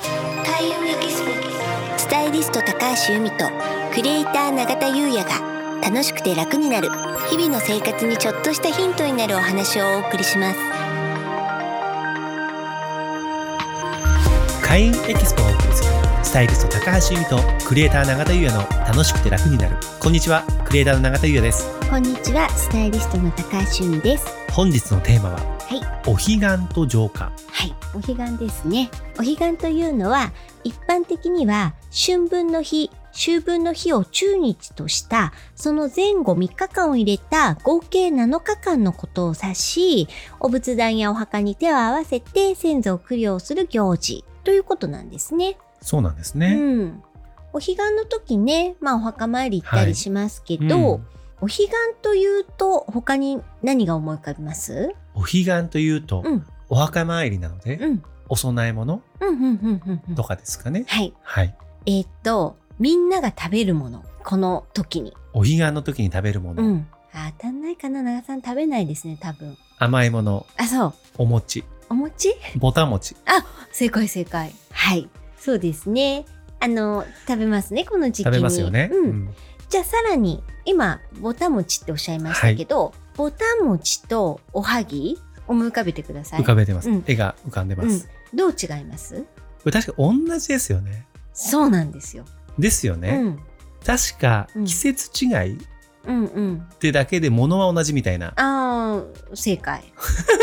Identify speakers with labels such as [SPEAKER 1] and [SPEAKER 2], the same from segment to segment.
[SPEAKER 1] 田優也ギススタイリスト高橋由美とクリエイター永田優也が楽しくて楽になる日々の生活にちょっとしたヒントになるお話をお送りします
[SPEAKER 2] 開運エキスポをお送りするスタイリスト高橋由美とクリエイター永田優也の楽しくて楽になるこんにちはクリエイターの永田優也です
[SPEAKER 1] こんにちはスタイリストの高橋由美です
[SPEAKER 2] 本日のテーマは、
[SPEAKER 1] い
[SPEAKER 2] お彼岸と浄化
[SPEAKER 1] はい、お彼岸ですね。お彼岸というのは、一般的には春分の日、秋分の日を中日とした、その前後3日間を入れた合計7日間のことを指し、お仏壇やお墓に手を合わせて先祖を供養する行事ということなんですね。
[SPEAKER 2] そうなんです
[SPEAKER 1] う
[SPEAKER 2] ね、
[SPEAKER 1] ん。お彼岸の時ね、まあお墓参り行ったりしますけど、
[SPEAKER 2] うん
[SPEAKER 1] お彼岸というと他に何が思い浮かびます
[SPEAKER 2] お彼岸というと、
[SPEAKER 1] うん、
[SPEAKER 2] お墓参りなので、
[SPEAKER 1] うん、
[SPEAKER 2] お供え物
[SPEAKER 1] うん、うん、うん、うんうん
[SPEAKER 2] と。かですかね、
[SPEAKER 1] はい。
[SPEAKER 2] はい
[SPEAKER 1] えーっと、みんなが食べるもの、この時に。
[SPEAKER 2] お彼岸の時に食べるもの、
[SPEAKER 1] うん。あ当たんないかな、長さん食べないですね、多分。
[SPEAKER 2] 甘いもの
[SPEAKER 1] あ、そう。
[SPEAKER 2] お餅
[SPEAKER 1] お餅
[SPEAKER 2] ぼた餅
[SPEAKER 1] 正解、正解。はい。そうですね。あの、食べますね、この時期に。
[SPEAKER 2] 食べますよね、
[SPEAKER 1] うん。
[SPEAKER 2] うん
[SPEAKER 1] じゃあ、さらに、今、ぼた餅っておっしゃいましたけど、ぼた餅とおはぎ、思い浮かべてください
[SPEAKER 2] 浮。かべてます、
[SPEAKER 1] うん
[SPEAKER 2] 絵が浮かんでます、
[SPEAKER 1] どう違います
[SPEAKER 2] これ確か同じですよね
[SPEAKER 1] そうなんですよ。
[SPEAKER 2] ですよね、確か
[SPEAKER 1] うん
[SPEAKER 2] 季節違いっ
[SPEAKER 1] うん。うんうん。
[SPEAKER 2] てだけで物は同じみたいな、
[SPEAKER 1] ああ、正 解。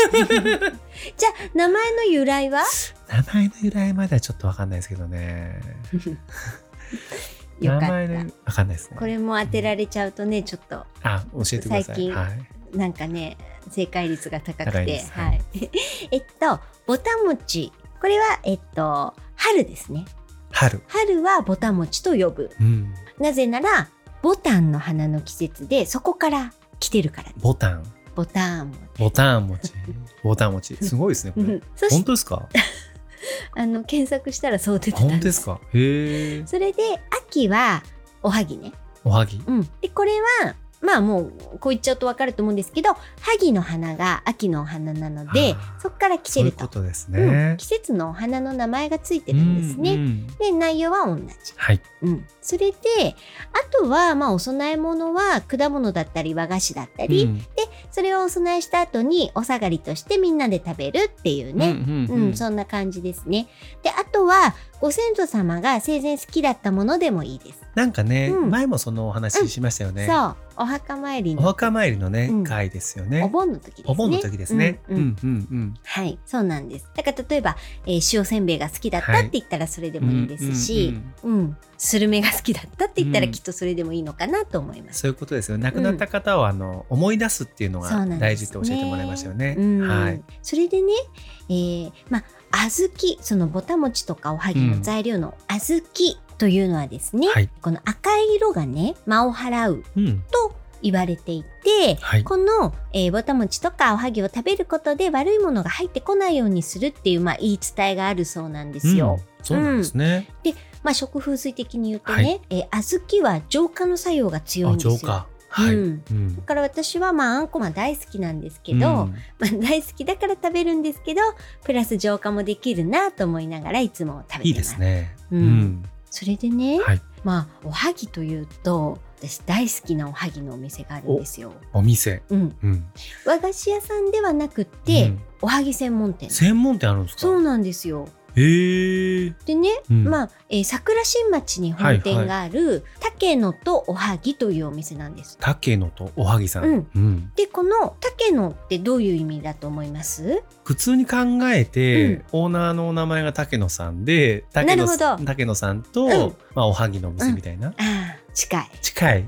[SPEAKER 1] じゃあ、名前の由来は
[SPEAKER 2] 名前の由来まではちょっとわかんないですけどね
[SPEAKER 1] よか
[SPEAKER 2] 名
[SPEAKER 1] った
[SPEAKER 2] 前の由来わかんないですね
[SPEAKER 1] これも当てられちゃうとねちょっと
[SPEAKER 2] あ教えてくださ
[SPEAKER 1] 最
[SPEAKER 2] い
[SPEAKER 1] 近
[SPEAKER 2] はい
[SPEAKER 1] なんかね正解率が高く
[SPEAKER 2] 高い
[SPEAKER 1] て
[SPEAKER 2] です
[SPEAKER 1] はい、 えっとぼたもちこれはえっと春ですね
[SPEAKER 2] 春
[SPEAKER 1] 春はぼたもちと呼ぶ
[SPEAKER 2] うん
[SPEAKER 1] なぜならぼたんの花の季節でそこから来てるから
[SPEAKER 2] ボタン
[SPEAKER 1] ぼたんも
[SPEAKER 2] ボタン餅ボタン餅すごいですねこれ
[SPEAKER 1] そ
[SPEAKER 2] 本
[SPEAKER 1] して
[SPEAKER 2] 当ですか
[SPEAKER 1] あの検索したらそう出てたん
[SPEAKER 2] 本当
[SPEAKER 1] です
[SPEAKER 2] ですかへえ
[SPEAKER 1] それで秋はおはぎね
[SPEAKER 2] おはぎ
[SPEAKER 1] うん、でこれはまあもうこう言っちゃうと分かると思うんですけど萩の花が秋のお花なので
[SPEAKER 2] あー
[SPEAKER 1] そこから来
[SPEAKER 2] そ
[SPEAKER 1] て
[SPEAKER 2] うい
[SPEAKER 1] る
[SPEAKER 2] うこととです
[SPEAKER 1] うん
[SPEAKER 2] ね、
[SPEAKER 1] 季節のお花の名前がついてるんですね。
[SPEAKER 2] うんうん
[SPEAKER 1] で内容は同じ、
[SPEAKER 2] はい
[SPEAKER 1] うん、それであとはまあお供え物は果物だったり和菓子だったり、
[SPEAKER 2] うん
[SPEAKER 1] それをお供えした後にお下がりとしてみんなで食べるっていうね、
[SPEAKER 2] うん
[SPEAKER 1] うん、そんな感じですね。であとはご先祖様が生前好きだったものでもいいです。
[SPEAKER 2] なんかね、
[SPEAKER 1] うん
[SPEAKER 2] 前もそのお話しましたよね、
[SPEAKER 1] そうお墓参り
[SPEAKER 2] お
[SPEAKER 1] の
[SPEAKER 2] 墓参りのね、
[SPEAKER 1] うん
[SPEAKER 2] 会ですよね
[SPEAKER 1] お盆の時ですね。
[SPEAKER 2] お盆の時ですね。
[SPEAKER 1] う
[SPEAKER 2] うんん
[SPEAKER 1] う
[SPEAKER 2] うんんうん。
[SPEAKER 1] はい、そうなんです。だから例えば、えー塩せんべいが好きだったって言ったらそれでもいいです
[SPEAKER 2] うんう
[SPEAKER 1] し
[SPEAKER 2] ん、うん
[SPEAKER 1] うんスルメが好きだったって言ったら
[SPEAKER 2] うん
[SPEAKER 1] きっとそれでもいいのかなと思います。
[SPEAKER 2] そういうことですよね。亡くなった方をあの思い出すっていうの
[SPEAKER 1] そうな
[SPEAKER 2] が
[SPEAKER 1] んですね
[SPEAKER 2] 大事って教えてもらいましたよね。
[SPEAKER 1] うん
[SPEAKER 2] はい。
[SPEAKER 1] それでね、えーまあ小豆そのぼたもちとかおはぎの材料の小豆というのはですね、
[SPEAKER 2] はい。
[SPEAKER 1] この赤い色がね間を払う
[SPEAKER 2] うん。
[SPEAKER 1] と言われていて、
[SPEAKER 2] はい。
[SPEAKER 1] この、えー、ぼたもちとかおはぎを食べることで悪いものが入ってこないようにするっていう、まあ、言い伝えがあるそうなんですよ。
[SPEAKER 2] うんそうなんですね。
[SPEAKER 1] まあ、食風水的に言うとね、
[SPEAKER 2] はい
[SPEAKER 1] えー小豆は浄化の作用が強いん
[SPEAKER 2] あ、
[SPEAKER 1] ですよ。
[SPEAKER 2] 浄化。はい。
[SPEAKER 1] う
[SPEAKER 2] うんん
[SPEAKER 1] だ。から私はまああんこは大好きなんですけど、まあ、大好きだから食べるんですけどプラス浄化もできるなと思いながらいつも食べてます
[SPEAKER 2] いいですね。
[SPEAKER 1] う
[SPEAKER 2] うんん。
[SPEAKER 1] それでね、
[SPEAKER 2] はい。
[SPEAKER 1] まあおはぎというと私大好きなおはぎのお店があるんですよ、
[SPEAKER 2] お店。
[SPEAKER 1] うん、
[SPEAKER 2] うん。
[SPEAKER 1] 和菓子屋さんではなくって、
[SPEAKER 2] うん
[SPEAKER 1] おはぎ専門店
[SPEAKER 2] 専門店あるんですか。
[SPEAKER 1] そうなんですよ
[SPEAKER 2] へえ。
[SPEAKER 1] でね
[SPEAKER 2] うん
[SPEAKER 1] まあ、えー桜新町に本店がある竹野とおはぎというお店なんです。
[SPEAKER 2] 竹野とおはぎさん。
[SPEAKER 1] うん
[SPEAKER 2] うん。
[SPEAKER 1] でこの竹野ってどういう意味だと思います
[SPEAKER 2] 普通に考えて、
[SPEAKER 1] うん
[SPEAKER 2] オーナーのお名前が竹野さんで竹野
[SPEAKER 1] なるほど
[SPEAKER 2] 竹野さんと、
[SPEAKER 1] うん
[SPEAKER 2] まあ、おはぎのお店みたいな、
[SPEAKER 1] ああ近い
[SPEAKER 2] 近 い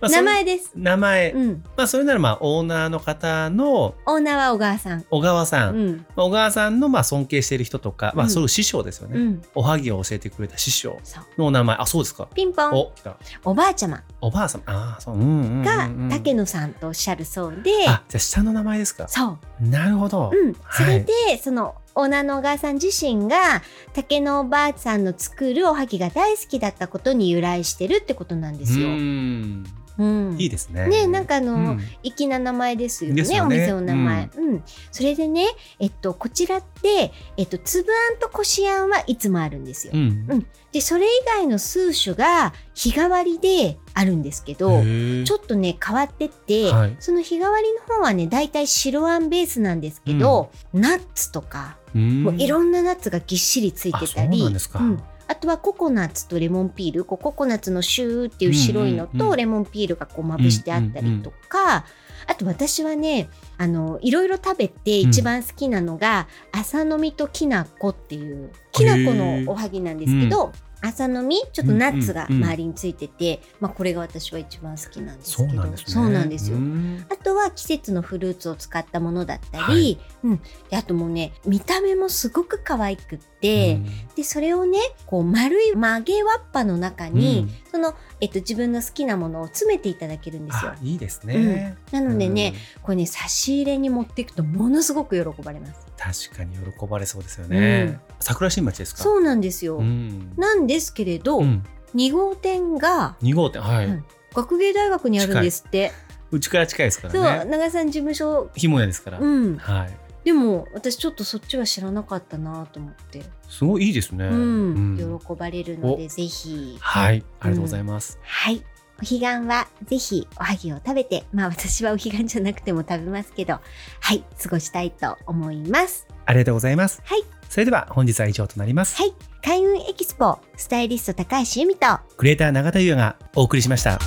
[SPEAKER 2] まあそ
[SPEAKER 1] 名
[SPEAKER 2] ん
[SPEAKER 1] 前です。
[SPEAKER 2] 名前、
[SPEAKER 1] うん、
[SPEAKER 2] まあ、それならまあオーナーの方の
[SPEAKER 1] オーナーは小川さん。
[SPEAKER 2] 小川さん、
[SPEAKER 1] うん、
[SPEAKER 2] まあ小川さんのまあ尊敬している人とか、ま
[SPEAKER 1] う
[SPEAKER 2] あ、
[SPEAKER 1] ん
[SPEAKER 2] そういう師匠ですよね、
[SPEAKER 1] うん、
[SPEAKER 2] おはぎを教えてくれた師匠
[SPEAKER 1] そう。
[SPEAKER 2] のお名前あそうですか
[SPEAKER 1] ピンポン、
[SPEAKER 2] お来た
[SPEAKER 1] おばあちゃま
[SPEAKER 2] おばあさんああそううんうんうんうん
[SPEAKER 1] が竹野さんとおっしゃるそうで、
[SPEAKER 2] あじゃあ下の名前ですか
[SPEAKER 1] そう、
[SPEAKER 2] なるほど、
[SPEAKER 1] うん、そ
[SPEAKER 2] はい
[SPEAKER 1] れで、そのオーナーの小川さん自身が竹野おばあさんの作るおはぎが大好きだったことに由来してるってことなんですよ。
[SPEAKER 2] うん
[SPEAKER 1] うん、
[SPEAKER 2] いいですね。
[SPEAKER 1] ねなんかあの、
[SPEAKER 2] うん
[SPEAKER 1] 粋な名前ですよね
[SPEAKER 2] ですよ
[SPEAKER 1] お
[SPEAKER 2] ね
[SPEAKER 1] 店の名前、うんそれでね、えっと、こちらって、えっと、粒あんとこしあんはいつもあるんですよ、
[SPEAKER 2] うん
[SPEAKER 1] でそれ以外の数種が日替わりであるんですけど、
[SPEAKER 2] へー
[SPEAKER 1] ちょっとね変わってって、
[SPEAKER 2] はい
[SPEAKER 1] その日替わりの方はねだいたい白あんベースなんですけど、ナッツとか、
[SPEAKER 2] うん
[SPEAKER 1] もういろんなナッツがぎっしりついてた
[SPEAKER 2] あそう
[SPEAKER 1] り
[SPEAKER 2] なんですか
[SPEAKER 1] うんあとはココナッツとレモンピールこうココナッツのシューっていう白いの
[SPEAKER 2] うんうんう
[SPEAKER 1] と
[SPEAKER 2] ん
[SPEAKER 1] レモンピールがこうまぶしてあったりとか、あと私はねあのいろいろ食べて一番好きなのが、朝飲みときな粉っていうきな粉のおはぎなんですけど、朝飲みちょっとナッツが周りについてて、まあ、これが私は一番好きなんです
[SPEAKER 2] そ
[SPEAKER 1] け
[SPEAKER 2] う
[SPEAKER 1] ど
[SPEAKER 2] なんですね。
[SPEAKER 1] そうなんですよ。
[SPEAKER 2] ん
[SPEAKER 1] あとは季節のフルーツを使ったものだったり、
[SPEAKER 2] はい
[SPEAKER 1] うん、であともうね見た目もすごく可愛くって、でそれをねこう丸い曲げわっぱの中
[SPEAKER 2] うん
[SPEAKER 1] に、その、えっと、自分の好きなものを詰めていただけるんですよ
[SPEAKER 2] あ。いいですね。
[SPEAKER 1] なのでね、これね差し入れに持っていくとものすごく喜ばれます。
[SPEAKER 2] うん。確かに喜ばれそうですよね。桜新町ですか。
[SPEAKER 1] そうなんですよ、
[SPEAKER 2] ん
[SPEAKER 1] なんですけれど、
[SPEAKER 2] うん
[SPEAKER 1] 2号店が
[SPEAKER 2] 二号店は
[SPEAKER 1] う
[SPEAKER 2] い
[SPEAKER 1] ん。学芸大学にあるんですって、
[SPEAKER 2] うちから近いですか
[SPEAKER 1] そう
[SPEAKER 2] らね。
[SPEAKER 1] 長井さん事務所
[SPEAKER 2] 紐屋ですから。
[SPEAKER 1] うん
[SPEAKER 2] はい。
[SPEAKER 1] でも私ちょっとそっちは知らなかったなと思って、
[SPEAKER 2] すごいいいですね。
[SPEAKER 1] うん
[SPEAKER 2] うん
[SPEAKER 1] 喜ばれるので
[SPEAKER 2] お
[SPEAKER 1] ぜひ
[SPEAKER 2] はい。ありがとうございます。
[SPEAKER 1] はい。お彼岸はぜひおはぎを食べて、まあ私はお彼岸じゃなくても食べますけど、はい、過ごしたいと思います。
[SPEAKER 2] ありがとうございます。
[SPEAKER 1] はい。
[SPEAKER 2] それでは本日は以上となります。
[SPEAKER 1] はい。開運エキスポ、スタイリスト高橋由美と、
[SPEAKER 2] クリエイター永田優也がお送りしました。